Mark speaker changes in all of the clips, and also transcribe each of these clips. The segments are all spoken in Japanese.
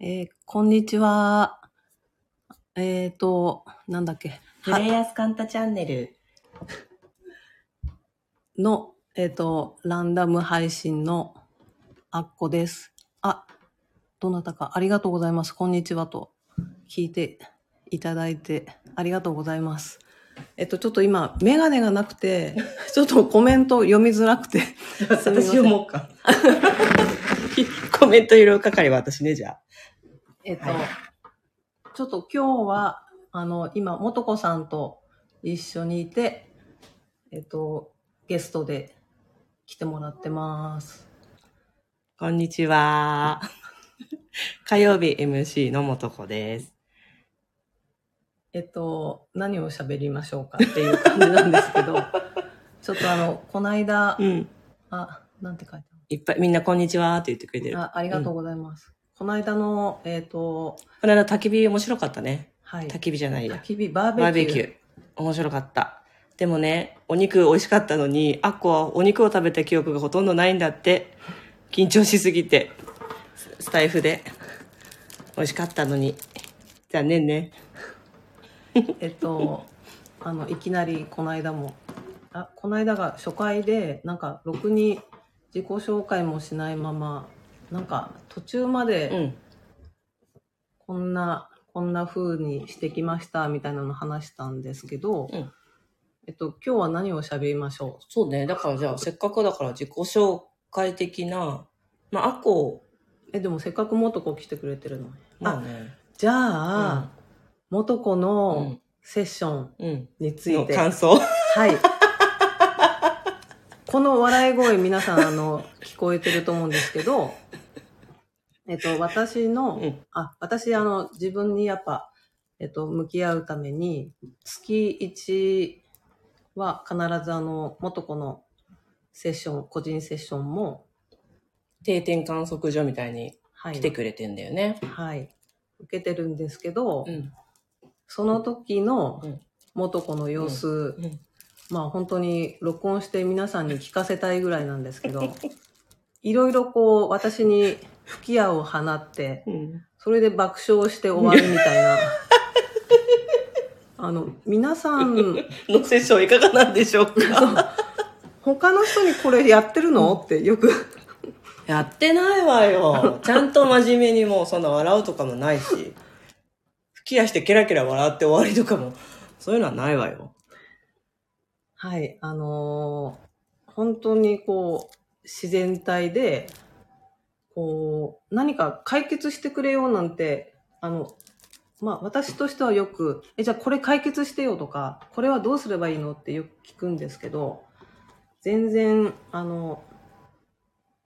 Speaker 1: えーこんにちは。えっ、と、なんだっけ。
Speaker 2: プレイヤースカンタチャン ネル。
Speaker 1: の、えっ、と、ランダム配信のあっこです。あ、どなたかありがとうございます。こんにちはと聞いていただいてありがとうございます。えっと、ちょっと今、メガネがなくて、ちょっとコメント読みづらくて、せん
Speaker 2: 私をもうか。コメントいろいろ係は私ね、じゃあ。
Speaker 1: えっと、
Speaker 2: はい
Speaker 1: ちょっと今日は、あの、今、もとこさんと一緒にいて、えっと、ゲストで来てもらってます。
Speaker 2: こんにちは。火曜日 MC のもとこです。
Speaker 1: えっと、何を喋りましょうかっていう感じなんです けど、ちょっとあの、この間、
Speaker 2: うん。
Speaker 1: あ、なんて書いて
Speaker 2: いっぱい、みんなこんにちはって言ってくれて
Speaker 1: ある
Speaker 2: る。
Speaker 1: あありがとうございます。この間の、えっと、
Speaker 2: この間焚き火面白かったね。
Speaker 1: はい。
Speaker 2: 焚き火じゃないや
Speaker 1: 焚。き火、バー
Speaker 2: バー
Speaker 1: ベ
Speaker 2: ベ
Speaker 1: キュー。
Speaker 2: キュー。面白かった。でもね、お肉美味しかったのに、あっこはお肉を食べた記憶がほとんどないんだって。緊張しすぎて。ススタイフで。美味しかったのに。残念ね。
Speaker 1: えっと、あの、いきなりこの間も、あ、この間が初回で、なんか、ろくに自己紹介もしないまま、なんか、途中ま
Speaker 2: う
Speaker 1: で、
Speaker 2: ん。
Speaker 1: こんな、こんな風にしてきました、みたいなの話したんですけど、
Speaker 2: うん
Speaker 1: えっと、今日は何を喋りましょ
Speaker 2: そうね。だからじゃあ、せっかくだから自己紹介的な、まあ、アコ、
Speaker 1: うえ、でもせっかくもとこ来てくれてるのに。
Speaker 2: まあね。
Speaker 1: じゃあ、もとこ
Speaker 2: う
Speaker 1: の
Speaker 2: ん。
Speaker 1: セッション
Speaker 2: うん。
Speaker 1: につい
Speaker 2: の
Speaker 1: て、
Speaker 2: 感想。
Speaker 1: はい。 この笑い声皆さんあの聞こえてると思うんですけど、えっと私
Speaker 2: う
Speaker 1: の、
Speaker 2: ん。
Speaker 1: あ私あの自分にやっぱえっと向き合うために月1は必ずあの元子のセッション個人セッションも
Speaker 2: 定点観測所みたいに
Speaker 1: はい
Speaker 2: 来てくれてんだよね。
Speaker 1: はい受けてるんですけど、
Speaker 2: うん。
Speaker 1: その時の
Speaker 2: うん
Speaker 1: 元子の様子、
Speaker 2: うん。
Speaker 1: まあ本当に録音して皆さんに聞かせたいぐらいなんですけど、 いろいろこう私に吹き矢を放って、
Speaker 2: うん。
Speaker 1: それで爆笑して終わるみたいな。 あの、皆さん、
Speaker 2: のセッションいかがなんでしょう か
Speaker 1: 他の人にこれやってるのってよく、
Speaker 2: やってないわ よ。ちゃんと真面目にもうそんな笑うとかもないし、吹き出してケラケラ笑って終わりとかも、そういうのはないわよ。
Speaker 1: はい、あのー本当にこう、自然体で、こう、何か解決してくれようなんて、あの、まあ私としてはよく、え、じゃあこれ解決してよとか、これはどうすればいいのってよく聞くんですけど、全然、あの、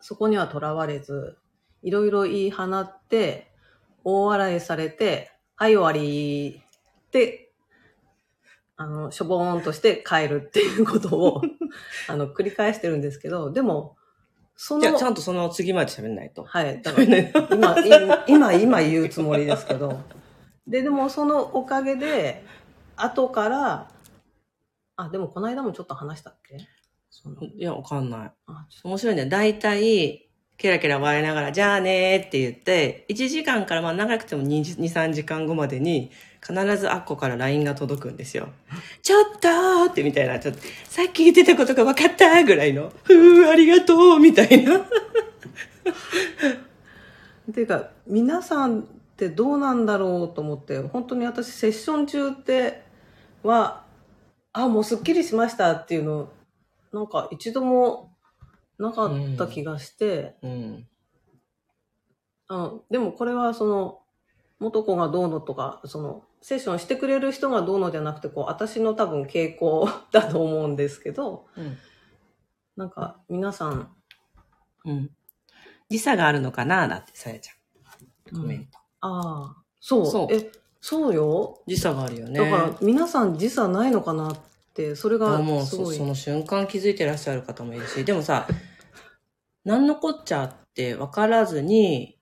Speaker 1: そこにはとらわれず、いろいろ言い放って、大笑いされて、はい終わりってあの、しょぼーんとして帰るっていうことを、あの、繰り返してるんですけど、でも、そ
Speaker 2: じ
Speaker 1: の
Speaker 2: ゃあ、ち、ゃんとその次まで喋んないと。
Speaker 1: はい、だから今、今、今、今言うつもりですけど。で、でもそのおかげで、後から、あ、でもこの間もちょっと話したっけその
Speaker 2: いや、わかんない。
Speaker 1: あちょ
Speaker 2: 面白いね。大体、ケラケラ笑いながら、じゃあねーって言って、1時間から、まあ長くても 2, 3時間後までに、必ずアッコから LINE が届くんですよ。ちょっとーってみたいな、ちょっと、さっき言ってたことが分かったーぐらいの、ふー、ありがとうみたいな。
Speaker 1: っていうか、皆さんってどうなんだろうと思って、本当に私、セッション中って、は、あ、もうすっきりしましたっていうの、なんか一度もなかった気がして、
Speaker 2: うん。
Speaker 1: あのでもこれはその元子がどうのとかそのセッションしてくれる人がどうのじゃなくてこう私の多分傾向だと思うんですけど
Speaker 2: うん。
Speaker 1: なんか皆さん、
Speaker 2: うん。時差があるのかなだって、さやちゃん。コメント。
Speaker 1: ああそう
Speaker 2: そう
Speaker 1: えそうよ、
Speaker 2: 時差があるよね。
Speaker 1: だから皆さん時差ないのかなってそれ
Speaker 2: あ
Speaker 1: が
Speaker 2: もう
Speaker 1: す
Speaker 2: そ
Speaker 1: ごい
Speaker 2: その瞬間気づいてらっしゃる方もいるしでもさ 何のこっちゃって分からずに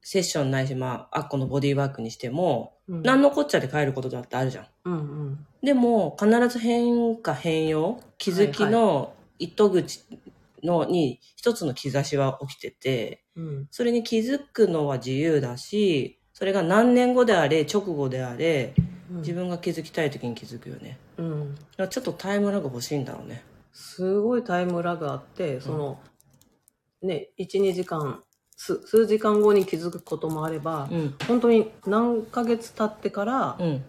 Speaker 2: セッションないしまああっこのボディーワークにしても
Speaker 1: うん
Speaker 2: 何のこっちゃで帰ることだってあるじゃん
Speaker 1: うんうん
Speaker 2: でも必ず変化変容気づきの糸口のに一つの兆しは起きてて、
Speaker 1: うん。
Speaker 2: それに気づくのは自由だし、それが何年後であれ、直後であれ、
Speaker 1: うん
Speaker 2: 自分が気づきたい時に気づくよね。
Speaker 1: うん。
Speaker 2: だからちょっとタイムラグ欲しいんだろうね。
Speaker 1: すごいタイムラグあって、その、ね、1、2時間、す数時間後に気づくこともあれば、
Speaker 2: うん。
Speaker 1: 本当に何ヶ月経ってから、
Speaker 2: うん。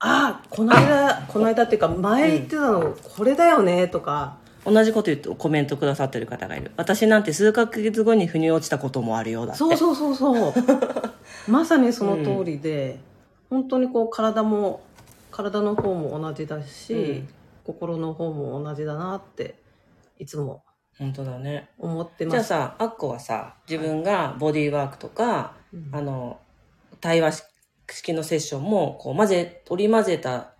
Speaker 1: ああ、この間、この間っていうか、前言ってたの、これだよね、とか、
Speaker 2: 同じこと言ってコメントくださってる方がいる。私なんて数ヶ月後に腑に落ちたこともあるようだって。
Speaker 1: そうそうそうそう。 まさにその通りで、本当にこう体も、体の方も同じだし、
Speaker 2: うん
Speaker 1: 心の方も同じだなって、いつも
Speaker 2: 本当だね。
Speaker 1: 思って
Speaker 2: じゃ
Speaker 1: ま
Speaker 2: あ
Speaker 1: す。
Speaker 2: さ、アッコはさ、自分がボディーワークとか、
Speaker 1: うん
Speaker 2: あの、対話式のセッションも、こう混ぜ、織り混ぜた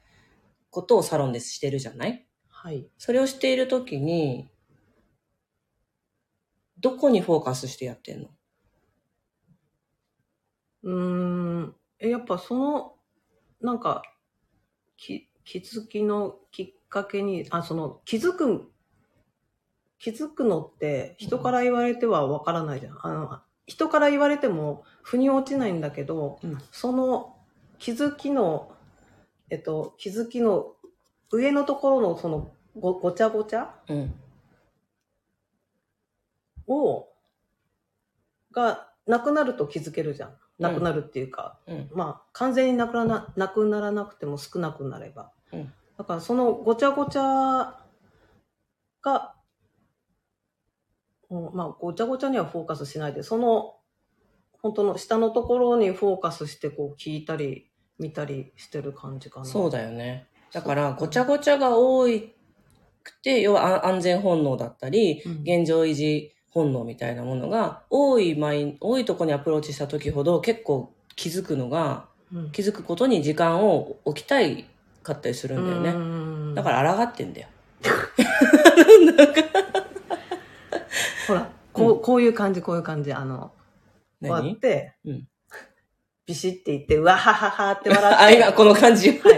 Speaker 2: ことをサロンでしてるじゃない
Speaker 1: はい。
Speaker 2: それをしているときに、どこにフォーカスしてやってんの
Speaker 1: うーん。え、やっぱその、なんか、き、気づきのきっかけに、あ、その、気づく、気づくのって、人から言われてはわからないじゃん。あの、人から言われても、腑に落ちないんだけど、
Speaker 2: うん
Speaker 1: その気づきの、えっと、気づきの上のところのそのごごちゃごちゃ
Speaker 2: うん。
Speaker 1: を、がなくなると気づけるじゃん。なくなるっていうか、
Speaker 2: うん。
Speaker 1: まあ、完全になくならなくならなくても少なくなれば。
Speaker 2: うん
Speaker 1: だからそのごちゃごちゃが、うんまあ、ごちゃごちゃにはフォーカスしないで、その、本当の下のところにフォーカスして、こう、聞いたり、見たりしてる感じかな。
Speaker 2: そうだよね。だから、ごちゃごちゃが多くて、要はあ安全本能だったり、
Speaker 1: うん
Speaker 2: 現状維持本能みたいなものが、多いマイン、多いとこにアプローチした時ほど、結構気づくのが、
Speaker 1: うん。
Speaker 2: 気づくことに時間を置きたいかったりするんだよね。
Speaker 1: ね、
Speaker 2: だからら抗ってんだよ。
Speaker 1: ほら、こう、こういう感じ、こういう感じ、あの、こうやっ
Speaker 2: 何
Speaker 1: て、
Speaker 2: うん
Speaker 1: ビシって言って、うわはははって笑
Speaker 2: あ、
Speaker 1: って、
Speaker 2: 今この感じ。抗
Speaker 1: は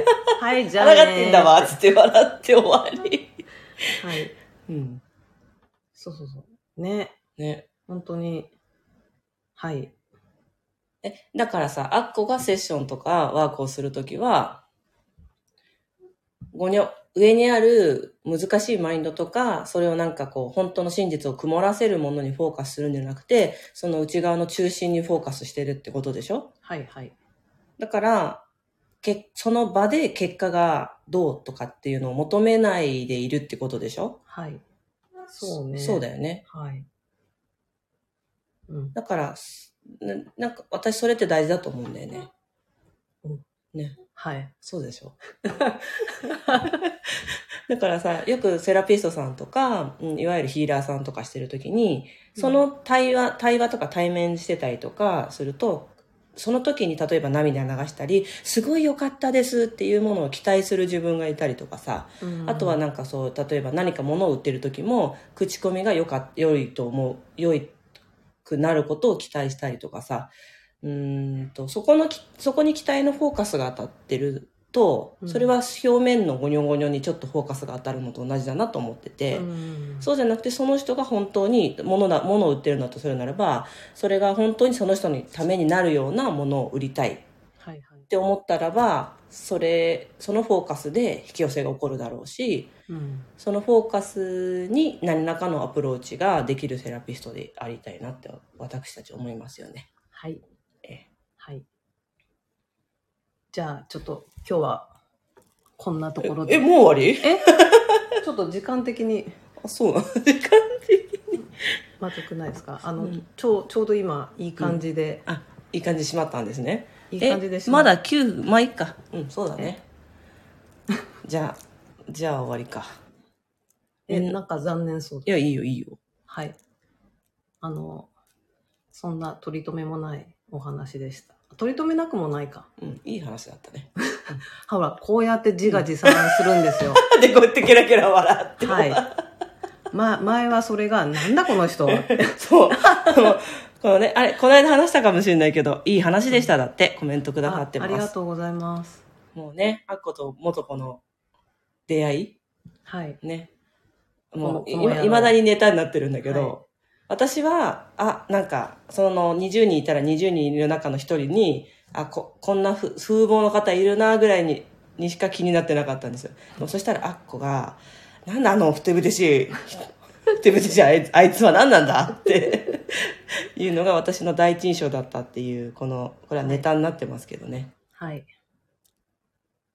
Speaker 1: い、はい、じゃあねー。
Speaker 2: ってんだわ、つって笑って終わり。
Speaker 1: はい。
Speaker 2: うん。
Speaker 1: そうそうそう。ね、
Speaker 2: ね。
Speaker 1: 本当に。はい。
Speaker 2: え、だからさ、アッコがセッションとかワークをするときは、ごにょ、上にある難しいマインドとか、それをなんかこう、本当の真実を曇らせるものにフォーカスするんじゃなくて、その内側の中心にフォーカスしてるってことでしょ
Speaker 1: はいはい。
Speaker 2: だから、けその場で結果がどうとかっていうのを求めないでいるってことでしょ
Speaker 1: はい。そうね。
Speaker 2: そうだよね。
Speaker 1: はい。うん。
Speaker 2: だから、すななんか私それって大事だと思うんだよね。
Speaker 1: はい。
Speaker 2: そうでしょだからさ、よくセラピストさんとか、うんいわゆるヒーラーさんとかしてるときに、その対話、対話とか対面してたりとかすると、その時に例えば涙流したり、すごい良かったですっていうものを期待する自分がいたりとかさ、
Speaker 1: うん
Speaker 2: あとはなんかそう、例えば何か物を売ってる時も、口コミが良か、良いと思う、良いくなることを期待したりとかさ、うーんと、そこのき、そこに期待のフォーカスが当たってると、
Speaker 1: うん
Speaker 2: それは表面のゴニョゴニョにちょっとフォーカスが当たるのと同じだなと思ってて、
Speaker 1: うん
Speaker 2: そうじゃなくてその人が本当に物だ、物を売ってるんだとするならば、それが本当にその人のためになるようなものを売りたい
Speaker 1: はいはい
Speaker 2: っ。て思ったらば、それ、そのフォーカスで引き寄せが起こるだろうし、
Speaker 1: うん。
Speaker 2: そのフォーカスに何らかのアプローチができるセラピストでありたいなって私たち思いますよね。
Speaker 1: はい。
Speaker 2: え
Speaker 1: はい。じゃあ、ちょっと今日は、こんなところで。
Speaker 2: え、もう終わり
Speaker 1: えちょっと時間的に
Speaker 2: あ、そう なの時間的に。
Speaker 1: まずくないですかあの、
Speaker 2: うん
Speaker 1: ちょう、ちょうど今、いい感じで、
Speaker 2: あ、いい感じにしまったんですね。
Speaker 1: いい感じでし
Speaker 2: え
Speaker 1: た
Speaker 2: まだ9、まあいいか。うん、そうだね。じゃあ、じゃあ終わりか。
Speaker 1: え、なんか残念そう
Speaker 2: いや、いいよ、いいよ。
Speaker 1: はい。あの、そんな取り留めもないお話でした。取り留めなくもないか。
Speaker 2: うん、いい話だったね。
Speaker 1: ほら、こうやって自画自賛するんです よ。
Speaker 2: で、こうやってケラケラ笑って。
Speaker 1: はい。ま、前はそれが、なんだこの人は。
Speaker 2: そう。このね、あれ、この間話したかもしれないけど、いい話でしただって、コメントくださ
Speaker 1: あ
Speaker 2: って
Speaker 1: あ
Speaker 2: ます。
Speaker 1: りがとうございます。
Speaker 2: もうね、アッコと元子の出会い
Speaker 1: はい。
Speaker 2: ね。も
Speaker 1: この
Speaker 2: う、
Speaker 1: この野郎
Speaker 2: いまだにネタになってるんだけど、私は、あ、なんか、その20人いたら20人いる中の一人に、あ、こ、こんなふ風貌の方いるな、ぐらいに、にしか気になってなかったんですよ。でもそしたら、あっこが、なんだあの、ふてぶてしい、 ふてぶてしいあいつあいつは何なんだって、 いうのが私の第一印象だったっていう、この、これはネタになってますけどね。
Speaker 1: はい。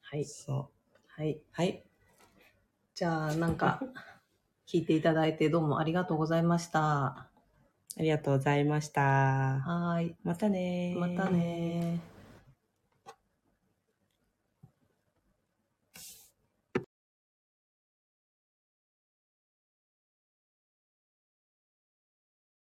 Speaker 1: はい。
Speaker 2: そう。
Speaker 1: はい。
Speaker 2: はい。
Speaker 1: じゃあ、なん か、聞いていただいてどうもありがとうございました。
Speaker 2: ありがとうございました。
Speaker 1: はーい。
Speaker 2: またねー
Speaker 1: またねー